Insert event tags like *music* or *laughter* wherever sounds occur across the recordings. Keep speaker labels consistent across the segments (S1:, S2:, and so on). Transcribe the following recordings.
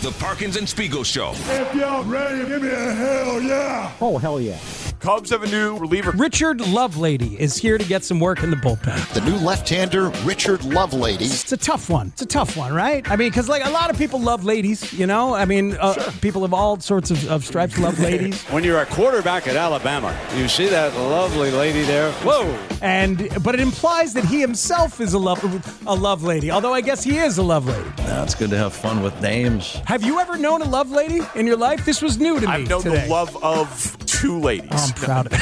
S1: The Parkins and Spiegel Show.
S2: If y'all ready, give me a hell yeah.
S3: Oh, hell yeah.
S4: Cubs have a new reliever.
S5: Richard Lovelady is here to get some work in the bullpen.
S6: The new left-hander, Richard Lovelady.
S5: It's a tough one. It's a tough one, right? I mean, because like a lot of people love ladies, you know? I mean, uh, sure. people of all sorts of, of stripes
S6: *laughs*
S5: love ladies.
S7: *laughs* when you're a quarterback at Alabama, you see that lovely lady there. Whoa.
S5: And, but it implies that he himself is a love, a love lady, although I guess he is a love lady.
S8: No, it's good to have fun with names.
S5: Have you ever known a love lady in your life? This was new to me.
S4: I've known
S5: today.
S4: the love of two ladies.
S5: Oh,
S4: *laughs*
S5: I'm proud of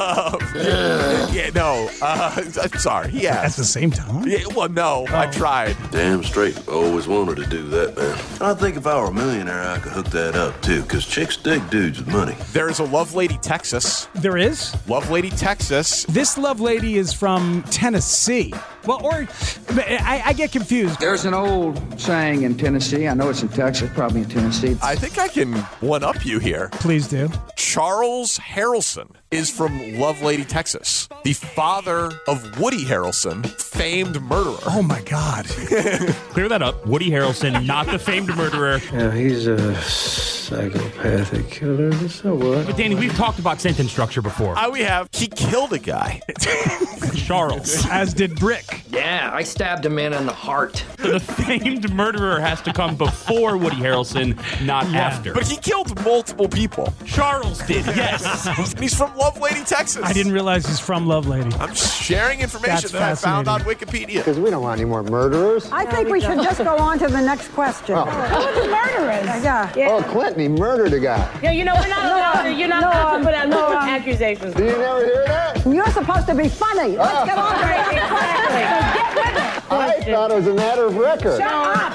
S4: it. um, yeah, no. Uh, I'm sorry. Yeah.
S5: At the same time?
S4: Yeah, well, no. Oh. I tried.
S9: Damn straight. Always wanted to do that, man. I think if I were a millionaire, I could hook that up, too, because chicks dig dudes with money.
S4: There's a Love Lady, Texas.
S5: There is?
S4: Love Lady, Texas.
S5: This Love Lady is from Tennessee. Well, or I, I, get confused.
S10: There's an old saying in Tennessee. I know it's in Texas, probably in Tennessee.
S4: I think I can one up you here.
S5: Please do.
S4: Charles Harrelson is from Love Lady, Texas. The father of Woody Harrelson, famed murderer.
S5: Oh my God.
S11: Clear that up. Woody Harrelson, not the famed murderer.
S12: Yeah, he's uh, a psychopathic killer. So what?
S11: But Danny, we've talked about sentence structure before.
S4: I, we have. He killed a guy.
S11: *laughs* Charles.
S5: As did Brick.
S13: Yeah, I stabbed a man in the heart.
S11: So the famed murderer has to come before Woody Harrelson, not yeah. after.
S4: But he killed multiple people.
S11: Charles did, yes.
S4: he's from Love Lady, Texas.
S5: I didn't realize he's from Love Lady.
S4: I'm sharing information That's that I found on Wikipedia.
S14: Because we don't want any more murderers.
S15: I think we should just go on to the next question. Oh.
S16: Who the murderers?
S15: Yeah. yeah.
S14: Oh, Clinton, he murdered a guy.
S16: Yeah, you know, we're not allowed to, you're not no, allowed to put out no, accusations.
S14: Do you never hear that?
S15: You're supposed to be funny. Oh.
S16: *laughs*
S15: Let's get on right, exactly. so get with it.
S14: I thought it was a matter of record.
S16: Shut up.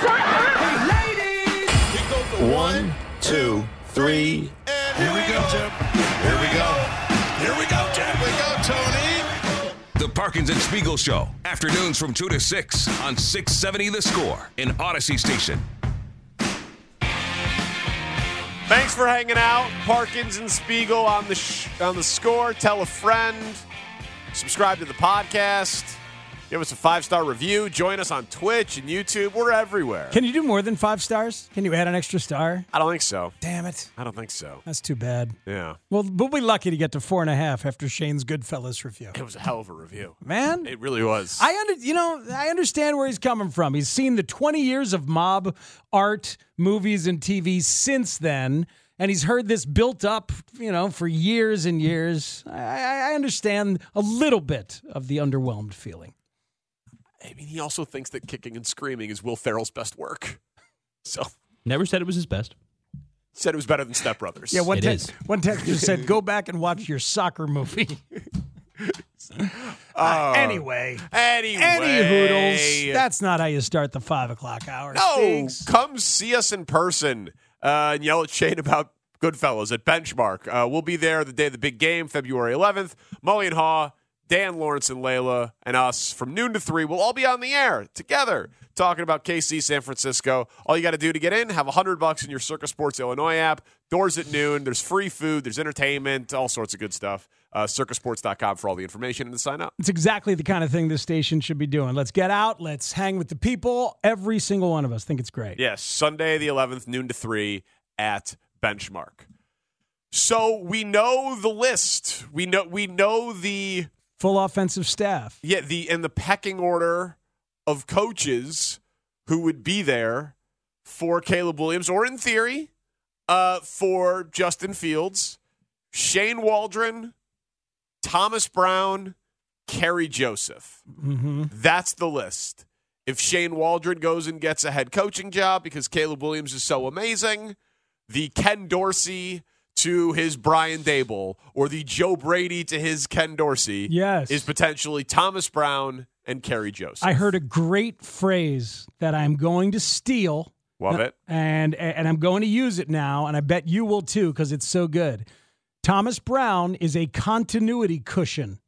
S16: Shut
S17: up. Ladies, One, two, three, and here we go, Jim. Here we go. Here we go, Jim. We go, Tony.
S1: The Parkins and Spiegel Show, afternoons from 2 to 6 on 670 The Score in Odyssey Station.
S4: Thanks for hanging out. Parkins and Spiegel on the sh- on the score. Tell a friend. Subscribe to the podcast. Give us a five star review. Join us on Twitch and YouTube. We're everywhere.
S5: Can you do more than five stars? Can you add an extra star?
S4: I don't think so.
S5: Damn it.
S4: I don't think so.
S5: That's too bad.
S4: Yeah.
S5: Well, we'll be lucky to get to four and a half after Shane's Goodfellas review.
S4: It was a hell of a review,
S5: man.
S4: It really was.
S5: I under, you know, I understand where he's coming from. He's seen the twenty years of mob art, movies, and TV since then and he's heard this built up, you know, for years and years. I, I, understand a little bit of the underwhelmed feeling.
S4: I mean, he also thinks that kicking and screaming is Will Ferrell's best work. So
S11: never said it was his best.
S4: Said it was better than Step Brothers.
S5: Yeah, one text one text just said, "Go back and watch your soccer movie." *laughs* Uh, anyway,
S4: Oh. anyway,
S5: any hoodles. That's not how you start the five o'clock hour.
S4: No,
S5: Thanks.
S4: come see us in person. Uh, and yell at Shane about Goodfellas at Benchmark. Uh, we'll be there the day of the big game, February 11th. Molly and Haw, Dan Lawrence and Layla, and us from noon to three. We'll all be on the air together talking about KC San Francisco. All you got to do to get in, have 100 bucks in your Circus Sports Illinois app. Doors at noon. There's free food, there's entertainment, all sorts of good stuff. Uh, circusports.com for all the information and to sign up.
S5: It's exactly the kind of thing this station should be doing. Let's get out. Let's hang with the people. Every single one of us think it's great.
S4: Yes, Sunday the 11th, noon to 3 at Benchmark. So we know the list. We know we know the
S5: full offensive staff.
S4: Yeah, the and the pecking order of coaches who would be there for Caleb Williams, or in theory, uh, for Justin Fields, Shane Waldron, Thomas Brown, Kerry Joseph.
S5: Mm-hmm.
S4: That's the list. If Shane Waldron goes and gets a head coaching job because Caleb Williams is so amazing, the Ken Dorsey to his Brian Dable or the Joe Brady to his Ken Dorsey
S5: Yes.
S4: is potentially Thomas Brown and Kerry Joseph.
S5: I heard a great phrase that I'm going to steal.
S4: Love it.
S5: And and I'm going to use it now, and I bet you will too, because it's so good. Thomas Brown is a continuity cushion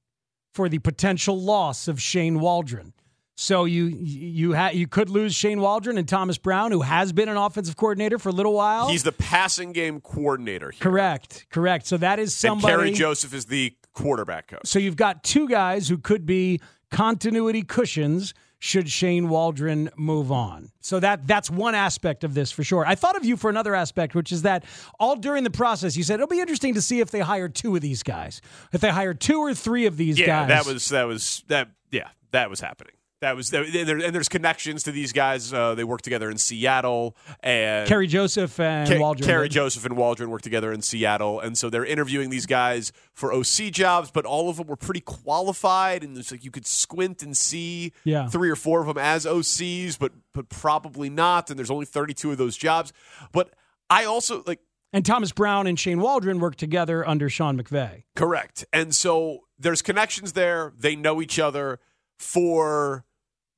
S5: for the potential loss of Shane Waldron. So you you ha- you could lose Shane Waldron and Thomas Brown, who has been an offensive coordinator for a little while.
S4: He's the passing game coordinator. Here.
S5: correct, correct. So that is somebody.
S4: And Kerry Joseph is the quarterback coach.
S5: So you've got two guys who could be continuity cushions should Shane Waldron move on. So that that's one aspect of this for sure. I thought of you for another aspect, which is that all during the process you said it'll be interesting to see if they hire two of these guys. If they hire two or three of these
S4: yeah,
S5: guys.
S4: that was that was that yeah that was happening. That was there, there- and there's connections to these guys. Uh, they work together in Seattle and
S5: Kerry Joseph and
S4: Ca-
S5: Waldron.
S4: uh, Kerry Joseph and Waldron work together in Seattle, and so they're interviewing these guys for OC jobs, but all of them were pretty qualified, and it's like you could squint and see
S5: Yeah.
S4: three or four of them as OCs, but but probably not. And there's only 32 of those jobs. But I also like
S5: and Thomas Brown and Shane Waldron worked together under Sean McVay.
S4: Correct. And so there's connections there. They know each other for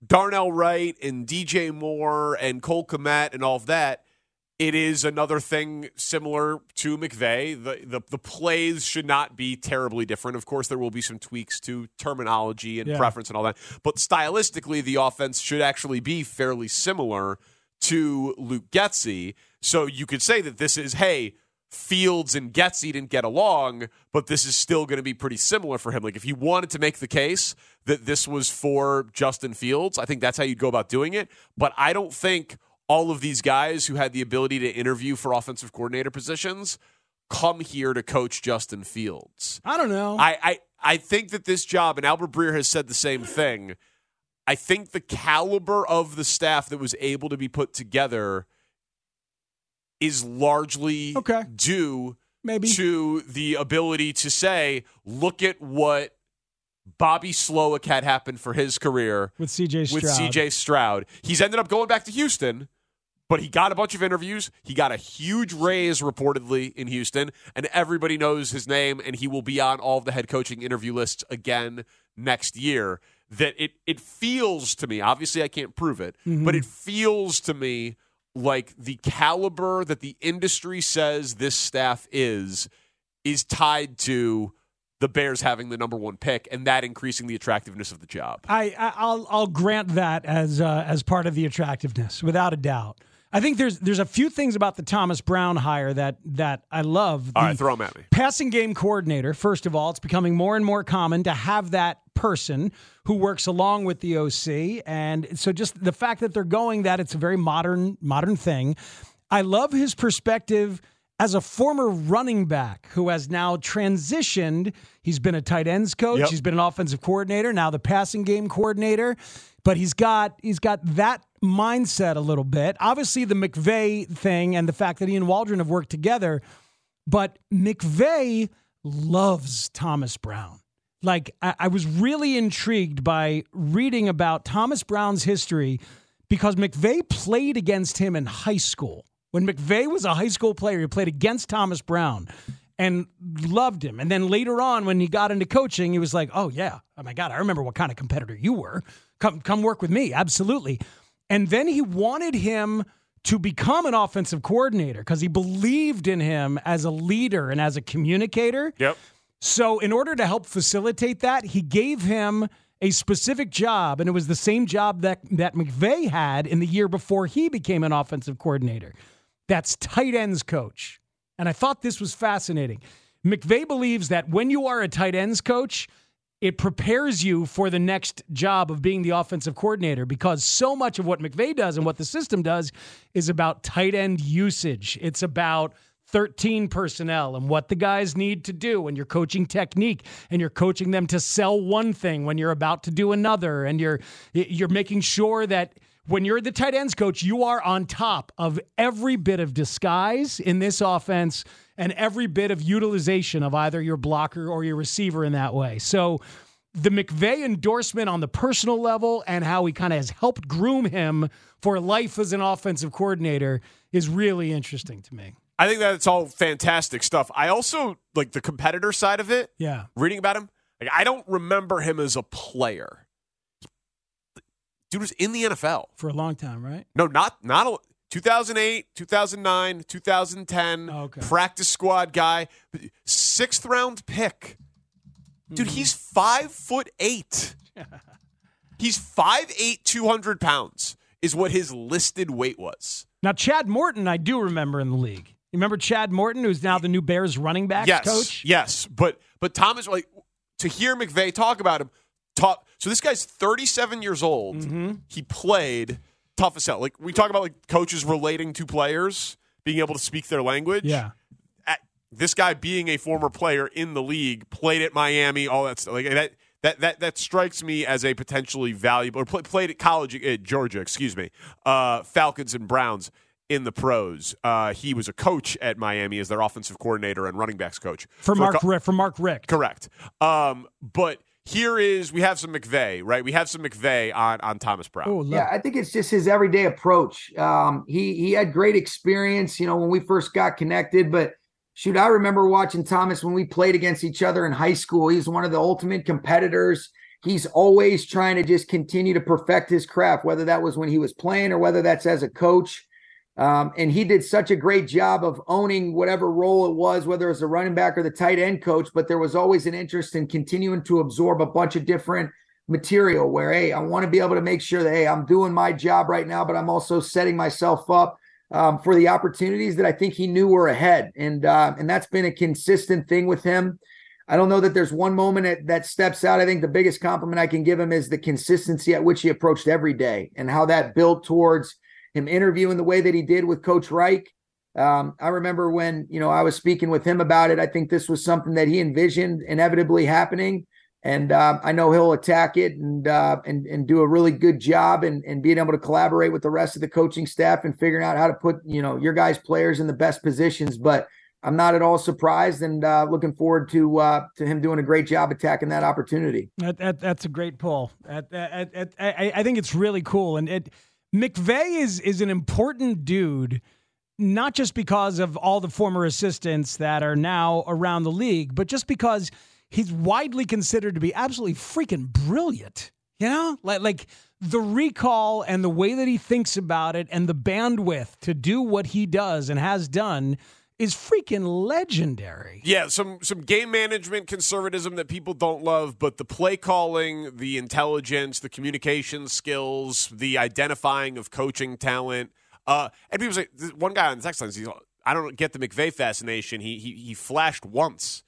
S4: Darnell Wright and DJ Moore and Cole Komet and all of that. It is another thing similar to McVeigh. The, the the plays should not be terribly different. Of course, there will be some tweaks to terminology and
S5: Yeah.
S4: preference and all that. But stylistically, the offense should actually be fairly similar to Luke Getzey. So you could say that this is, hey, Fields and Getzey didn't get along, but this is still going to be pretty similar for him. Like if you wanted to make the case that this was for Justin Fields, I think that's how you'd go about doing it. But I don't think all of these guys who had the ability to interview for offensive coordinator positions come here to coach Justin Fields.
S5: I don't know.
S4: I, I, I think that this job, and Albert Breer has said the same thing. I think the caliber of the staff that was able to be put together is largely due
S5: Maybe.
S4: to the ability to say, look at what Bobby Slowick had happened for his career
S5: with CJ Stroud.
S4: with CJ Stroud. He's ended up going back to Houston, but he got a bunch of interviews. He got a huge raise reportedly in Houston, and everybody knows his name, and he will be on all of the head coaching interview lists again next year. That it it feels to me, obviously I can't prove it,
S5: Mhm.
S4: but it feels to me like the caliber that the industry says this staff is is tied to the Bears having the number one pick and that increasing the attractiveness of the job.
S5: I, I I'll I'll grant that as uh, as part of the attractiveness, without a doubt. I think there's there's a few things about the Thomas Brown hire that that I love.
S4: All
S5: The
S4: right, throw them at me.
S5: Passing game coordinator, first of all, it's becoming more and more common to have that person who works along with the OC. And so just the fact that they're going that it's a very modern modern thing. I love his perspective as a former running back who has now transitioned. He's been a tight ends coach,
S4: Yep.
S5: he's been an offensive coordinator, now the passing game coordinator, but he's got he's got that mindset a little bit. Obviously the McVay thing and the fact that he and Waldron have worked together but McVeigh loves Thomas Brown. Like, I, I was really intrigued by reading about Thomas Brown's history because McVeigh played against him in high school. When McVeigh was a high school player, he played against Thomas Brown and loved him. And then later on, when he got into coaching, he was like, oh, yeah, oh my God, I remember what kind of competitor you were. Come, come work with me. Absolutely. And then he wanted him to become an offensive coordinator because he believed in him as a leader and as a communicator.
S4: Yep.
S5: So, in order to help facilitate that, he gave him a specific job, and it was the same job that, that McVay had in the year before he became an offensive coordinator. That's tight ends coach. And I thought this was fascinating. McVay believes that when you are a tight ends coach, it prepares you for the next job of being the offensive coordinator because so much of what McVay does and what the system does is about tight end usage. It's about 13 personnel and what the guys need to do and your coaching technique and you're coaching them to sell one thing when you're about to do another and you're you're making sure that when you're the tight ends coach, you are on top of every bit of disguise in this offense and every bit of utilization of either your blocker or your receiver in that way. So the McVeigh endorsement on the personal level and how he kind of has helped groom him for life as an offensive coordinator is really interesting to me.
S4: I think that's all fantastic stuff. I also like the competitor side of it.
S5: Yeah.
S4: Reading about him, like I don't remember him as a player. Dude was in the NFL
S5: for a long time, right?
S4: No, not not a, 2008, 2009, 2010.
S5: Oh, okay.
S4: Practice squad guy, sixth round pick. Dude,
S5: Mm-hmm.
S4: he's five foot
S5: *laughs*
S4: eight. he's five eight, two hundred pounds is what his listed weight was.
S5: Now, Chad Morton, I do remember in the league. You remember Chad Morton, who's now the new Bears running backs
S4: yes,
S5: coach?
S4: Yes, but but Thomas, like to hear McVay talk about him, top. So this guy's 37 years old.
S5: Mm-hmm.
S4: He played tough as hell. Like we talk about, like coaches relating to players being able to speak their language.
S5: Yeah.
S4: At- this guy being a former player in the league, played at Miami, all that stuff. Like that. That, that, that strikes me as a potentially valuable, or play, played at college at Georgia, excuse me, uh, Falcons and Browns in the pros. Uh, he was a coach at Miami as their offensive coordinator and running backs coach
S5: For
S4: a
S5: Mark
S4: cou-
S5: Rick, for Mark Rick.
S4: Correct. Um, but here is we have some McVeigh, right? We have some McVeigh on on Thomas Brown.
S5: Oh,
S10: yeah, I think it's just his everyday approach. Um, he he had great experience, you know, when we first got connected. But shoot, I remember watching Thomas when we played against each other in high school. He's one of the ultimate competitors. He's always trying to just continue to perfect his craft, whether that was when he was playing or whether that's as a coach. Um, and he did such a great job of owning whatever role it was, whether it was the running back or the tight end coach. But there was always an interest in continuing to absorb a bunch of different material where, hey, I want to be able to make sure that, hey, I'm doing my job right now, but I'm also setting myself up um, for the opportunities that I think he knew were ahead. And, uh, and that's been a consistent thing with him. I don't know that there's one moment that, that steps out. I think the biggest compliment I can give him is the consistency at which he approached every day and how that built towards him interviewing the way that he did with Coach Reich. Um, I remember when you know I was speaking with him about it. I think this was something that he envisioned inevitably happening, and um, I know he'll attack it and uh, and and do a really good job and and being able to collaborate with the rest of the coaching staff and figuring out how to put you know your guys players in the best positions. But I'm not at all surprised and uh, looking forward to uh, to him doing a great job attacking that opportunity.
S5: That, that, that's a great pull. That, that, that, I, I think it's really cool. And it, McVeigh is is an important dude, not just because of all the former assistants that are now around the league, but just because he's widely considered to be absolutely freaking brilliant. You know, like like the recall and the way that he thinks about it and the bandwidth to do what he does and has done is freaking legendary.
S4: Yeah, some some game management conservatism that people don't love, but the play calling, the intelligence, the communication skills, the identifying of coaching talent. Uh, and people say this one guy on the text lines, he's all, I don't get the McVay fascination. He he he flashed once.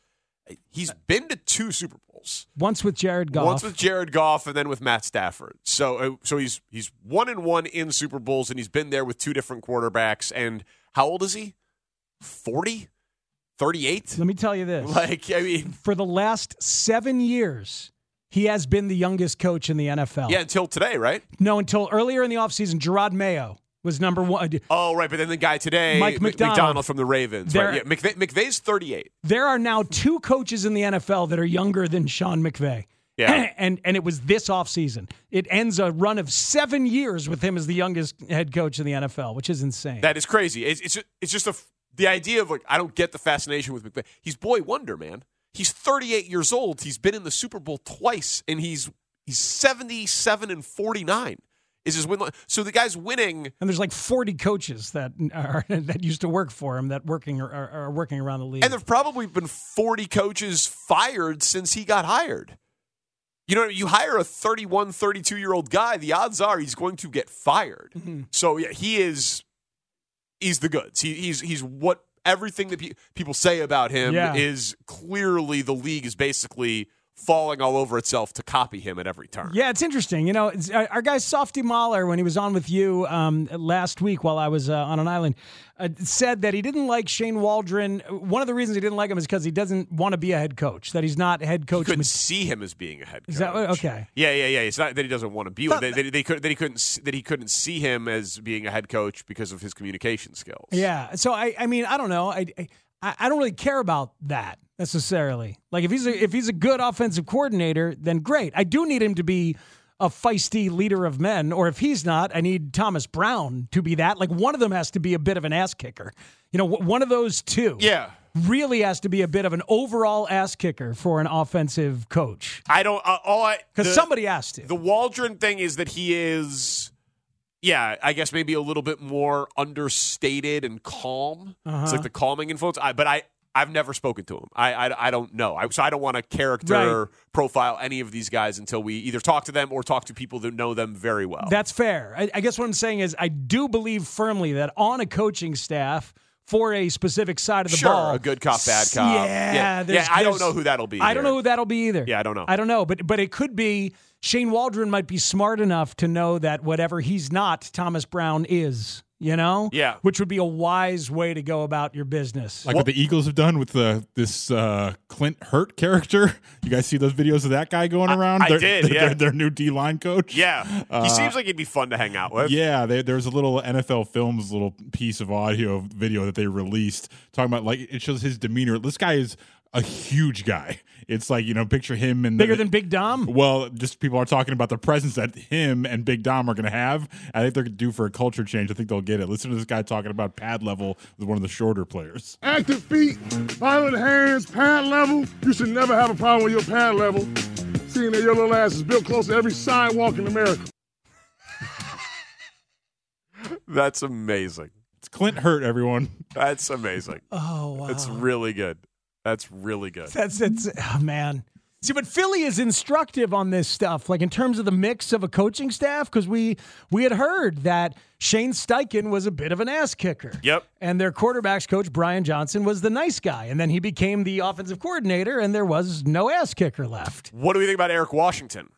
S4: He's been to two Super Bowls.
S5: Once with Jared Goff.
S4: Once with Jared Goff, and then with Matt Stafford. So, uh, so he's he's one and one in Super Bowls, and he's been there with two different quarterbacks. And how old is he? 40? 38?
S5: Let me tell you this.
S4: Like, I mean,
S5: for the last seven years, he has been the youngest coach in the NFL.
S4: yeah, until today, right?
S5: No, until earlier in the offseason, Gerard Mayo was number one.
S4: Oh, right. But then the guy today,
S5: Mike
S4: Mc-
S5: McDonald.
S4: from the Ravens.
S5: There-
S4: Right. Yeah, McVay, McVay's 38.
S5: There are now two coaches in the NFL that are younger than Sean McVay.
S4: Yeah.
S5: *clears throat* and, and it was this offseason. It ends a run of seven years with him as the youngest head coach in the NFL, which is insane.
S4: That is crazy. It's, it's, it's just a, f- the idea of like, I don't get the fascination with McVay. He's boy wonder, man. He's 38 years old. He's been in the Super Bowl twice, and he's he's 77 and 49 is his win. line. So the guy's winning.
S5: and there's like 40 coaches that are, *laughs* that used to work for him that working are, are working around the league.
S4: And there've probably been 40 coaches fired since he got hired. You know, you hire a 31, 32 year old guy, the odds are he's going to get fired. So yeah, he is he's the goods. He, he's he's what everything that pe- people say about him
S5: Yeah.
S4: is clearly the league is basically falling all over itself to copy him at every turn.
S5: Yeah, it's interesting. You know, it's, our, our guy Softy Mahler, when he was on with you um, last week while I was uh, on an island, uh, said that he didn't like Shane Waldron. One of the reasons he didn't like him is because he doesn't want to be a head coach. That he's not head coach.
S4: Couldn't see him as being a head coach.
S5: Is that what- okay?
S4: Yeah, yeah, yeah. It's not that he doesn't want to be. That, that, they could, that he couldn't. s- That he couldn't see him as being a head coach because of his communication skills.
S5: Yeah. So I, I mean, I don't know. I, I, I don't really care about that necessarily. Like if he's a, if he's a good offensive coordinator, then great. I do need him to be a feisty leader of men. Or if he's not, I need Thomas Brown to be that. Like one of them has to be a bit of an ass kicker. You know, wh- one of those two.
S4: Yeah.
S5: Really has to be a bit of an overall ass kicker for an offensive coach.
S4: I don't. Uh, all I
S5: Because
S4: the-
S5: somebody asked him.
S4: The Waldron thing is that he is, yeah, I guess maybe a little bit more understated and calm. It's
S5: Uh-huh.
S4: like the calming influence. I, but I, I've never spoken to him. I, I, I don't know. I, so I don't want to character
S5: Right.
S4: profile any of these guys until we either talk to them or talk to people that know them very well.
S5: That's fair. I, I guess what I'm saying is I do believe firmly that on a coaching staff for a specific side of the
S4: sure,
S5: ball,
S4: a good cop, bad
S5: s-
S4: cop.
S5: Yeah,
S4: yeah.
S5: there's-
S4: I don't
S5: there's-
S4: know who that'll be.
S5: I don't
S4: here.
S5: know who that'll be either.
S4: Yeah, I don't know.
S5: I don't know, but but it could be Shane Waldron might be smart enough to know that whatever he's not, Thomas Brown is. You know,
S3: Yeah.
S5: which would be a wise way to go about your business.
S3: Like what the Eagles have done with the this uh, Clint Hurt character. You guys see those videos of that guy going around?
S4: I
S3: Their-
S4: did,
S3: their-
S4: yeah.
S3: Their, their new D line coach.
S4: Yeah, he
S3: Uh,
S4: seems like he'd be fun to hang out with.
S3: Yeah, they, there was a little NFL Films little piece of audio video that they released talking about like it shows his demeanor. This guy is a huge guy. It's like you know, picture him and
S5: Bigger than Big Dom.
S3: Well, just people are talking about the presence that him and Big Dom are going to have. I think they're due for a culture change. I think they'll get it. Listen to this guy talking about pad level with one of the shorter players.
S2: Active feet, violent hands, pad level. You should never have a problem with your pad level, seeing that your little ass is built close to every sidewalk in America.
S4: That's amazing.
S3: It's Clint Hurt, everyone.
S4: That's amazing.
S5: Oh, wow.
S4: It's really good. That's really good.
S5: That's it's oh man. See, but Philly is instructive on this stuff, like in terms of the mix of a coaching staff, because we we had heard that Shane Steichen was a bit of an ass kicker.
S4: Yep.
S5: And their quarterbacks coach Brian Johnson was the nice guy, and then he became the offensive coordinator, and there was no ass kicker left.
S4: What do we think about Eric Washington?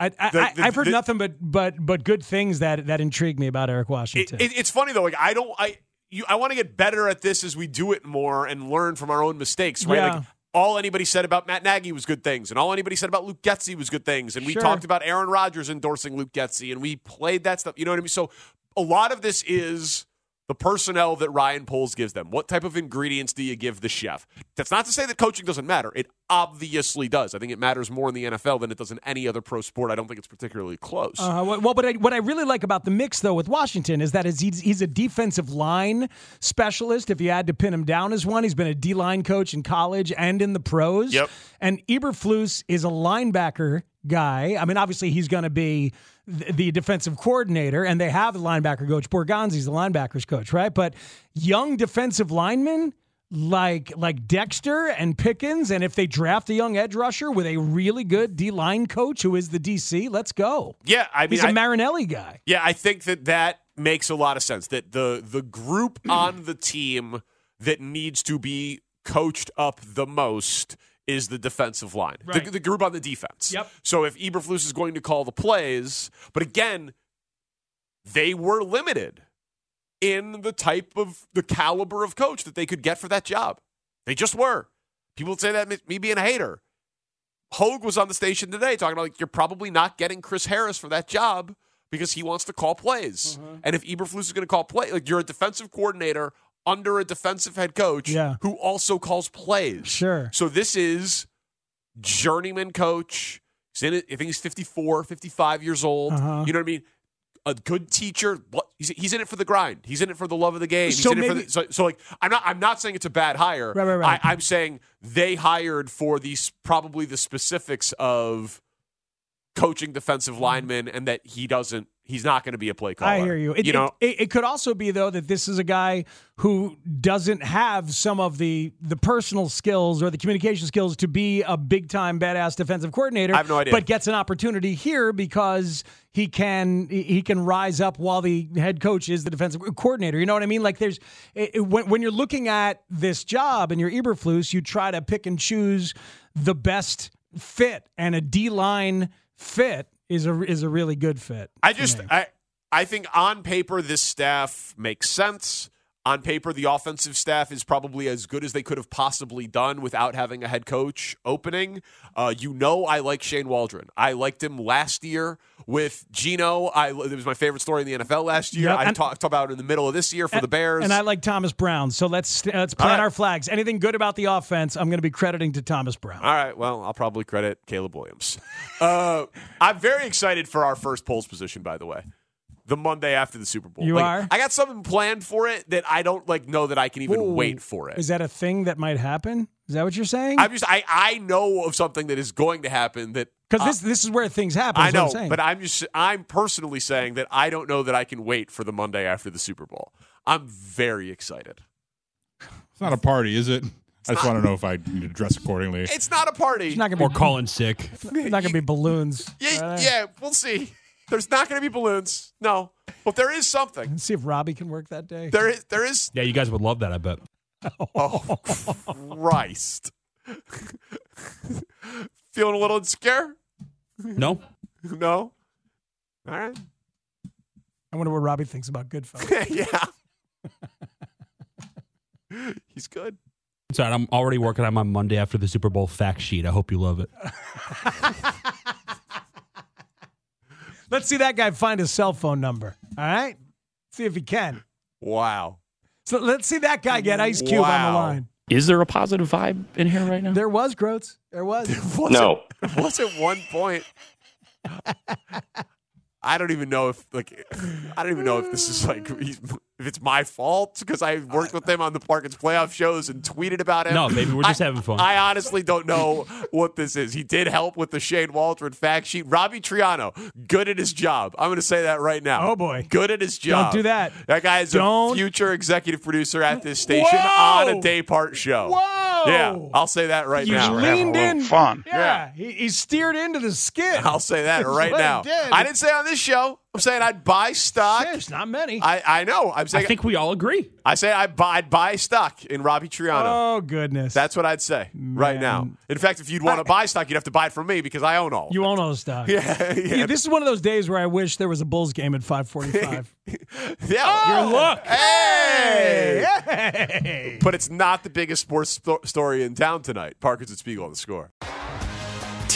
S5: I, I,
S4: The- the-
S5: I, have heard
S4: the-
S5: nothing but but but good things that that intrigue me about Eric
S4: It,
S5: Washington.
S4: it- it's funny though. Like I don't. I you. I want to get better at this as we do it more and learn from our own mistakes. Right.
S5: Yeah.
S4: Like all anybody said about Matt Nagy was good things, and all anybody said about Luke Getzey was good things, and we
S5: Sure.
S4: talked about Aaron Rodgers endorsing Luke Getzey, and we played that stuff. You know what I mean? So a lot of this is. The personnel that Ryan Poles gives them. What type of ingredients do you give the chef? That's not to say that coaching doesn't matter. It obviously does. I think it matters more in the NFL than it does in any other pro sport. I don't think it's particularly close.
S5: Uh, well, well, but I, what I really like about the mix, though, with Washington is that is he's, he's a defensive line specialist. If you had to pin him down as one, he's been a D line coach in college and in the pros. Yep. And Eberflus is a linebacker guy. I mean, obviously, he's going to be th- the defensive coordinator, and they have a linebacker coach. Borgonzi's the linebackers coach, right? But young defensive linemen like like Dexter and Pickens, and if they draft a young edge rusher with a really good D line coach who is the DC, let's go.
S4: Yeah, I mean,
S5: He's a
S4: I-
S5: Marinelli guy.
S4: Yeah, I think that that makes a lot of sense. That the
S18: *clears throat*
S4: the group on the team that needs to be coached up the most is the defensive line, the,
S18: Right.
S4: the group on the defense.
S18: Yep.
S4: So if Eberflus is going to call the plays, but again, they were limited in the type of the caliber of coach that they could get for that job. They just were. People would say that me- me being a hater. Hogue was on the station today talking about like, you're probably not getting Chris Harris for that job because he wants to call plays.
S5: Mm-hmm.
S4: And if Eberflus is going to call play, like you're a defensive coordinator under a defensive head coach
S5: Yeah.
S4: who also calls plays.
S5: Sure.
S4: So this is journeyman coach. He's in it. I think he's 54, 55 years old.
S5: Uh-huh.
S4: You know what I mean? A good teacher. What- He's, he's in it for the grind. He's in it for the love of the game. He's
S5: So
S4: in it for
S5: maybe-
S4: the, so, so like I'm not I'm not saying it's a bad hire.
S5: Right, right, right.
S4: I, I'm saying they hired for these probably the specifics of coaching defensive linemen and that he doesn't he's not going to be a play caller.
S5: I hear you. It,
S4: you know,
S5: it, it, it could also be though that this is a guy who doesn't have some of the the personal skills or the communication skills to be a big time badass defensive coordinator.
S4: I have no idea.
S5: but gets an opportunity here because he can he- he can rise up while the head coach is the defensive coordinator. You know what I mean? Like there's it, it- when when you're looking at this job and your Eberflus, you try to pick and choose the best fit and a D line fit is a is a really good fit.
S4: I just I I think on paper this staff makes sense. On paper, the offensive staff is probably as good as they could have possibly done without having a head coach opening. Uh, you know, I like Shane Waldron. I liked him last year with Gino. I, it was my favorite story in the NFL last year.
S5: Yep,
S4: I
S5: and-
S4: talked about it in the middle of this year for
S5: And-
S4: the Bears.
S5: And I like Thomas Brown. So let's let's
S4: All
S5: plant
S4: right.
S5: our flags. Anything good about the offense, I'm going to be crediting to Thomas Brown.
S4: All right. Well, I'll probably credit Caleb Williams. *laughs* Uh, I'm very excited for our first polls position, by the way. The Monday after the Super Bowl.
S5: You
S4: Like,
S5: are?
S4: I got something planned for it that I don't like know that I can even
S5: Whoa.
S4: wait for it.
S5: Is that a thing that might happen? Is that what you're saying?
S4: I'm just I, I know of something that is going to happen that
S5: Because
S4: uh,
S5: this this is where things happen.
S4: I
S5: is what
S4: know,
S5: I'm saying.
S4: but I'm just I'm personally saying that I don't know that I can wait for the Monday after the Super Bowl. I'm very excited.
S3: It's not a party, is it? I just want to know if I need to dress accordingly.
S4: It's not a party.
S5: It's not gonna be-
S3: sick.
S5: It's *laughs* not going to be balloons.
S4: Yeah, yeah, we'll see. There's not going to be balloons. No, but there is something.
S5: Let's see if Robbie can work that day.
S4: There is there is
S11: Yeah, you guys would love that, I bet.
S4: Oh, Christ. Feeling a little scared?
S11: No?
S4: No? All right. *laughs*
S5: I wonder what Robbie thinks about Goodfellas.
S4: yeah. He's good.
S11: It's all right. I'm already working on my Monday after the Super Bowl fact sheet. I hope you love it.
S5: Let's see that guy find his cell phone number. All right, see if he can.
S4: Wow.
S5: So let's see that guy get Ice Cube on the line.
S18: Is there a positive vibe in here right now?
S5: There was Groats. There was.
S4: *laughs*
S18: No.
S4: Was at one point. I don't even know if like I don't even know if this is like *laughs* he's- if it's my fault because I worked with him on the Parkins playoff shows and tweeted about him.
S11: No, maybe we're just
S4: I-
S11: having fun.
S4: I honestly don't know what this is. He did help with the Shane Waldron fact sheet. Robbie Triano, good at his job. I'm going to say that right now.
S5: Oh, boy.
S4: good at his job.
S5: do that.
S4: That guy is a
S5: Don't-
S4: future executive producer at this station
S5: Whoa!
S4: on a day part show.
S5: Whoa!
S4: Yeah, I'll say that right
S5: you
S4: now.
S5: leaned in.
S4: Yeah.
S5: Yeah, He, he steered into the skid.
S4: I'll say
S5: *laughs*
S4: that
S5: That's
S4: right
S5: what he
S4: now.
S5: did.
S4: I didn't say on this show. I'm saying I'd buy stock.
S5: There's not many.
S4: I, I know. I'm saying. I think
S11: we all agree.
S4: I say I buy, I'd buy stock in Robbie Triano.
S5: Oh goodness.
S4: That's what I'd say right now. In fact, if you'd want to buy stock, you'd have to buy it from me because I own all.
S5: You own all the stock.
S4: Yeah, *laughs* yeah.
S5: Yeah, This is one of those days where I wish there was a Bulls game at 5:45.
S4: Yeah.
S5: Oh! Your look.
S4: Hey!
S5: Hey!
S4: But it's not the biggest sports sto- story in town tonight. Parker's at Spiegel on the score.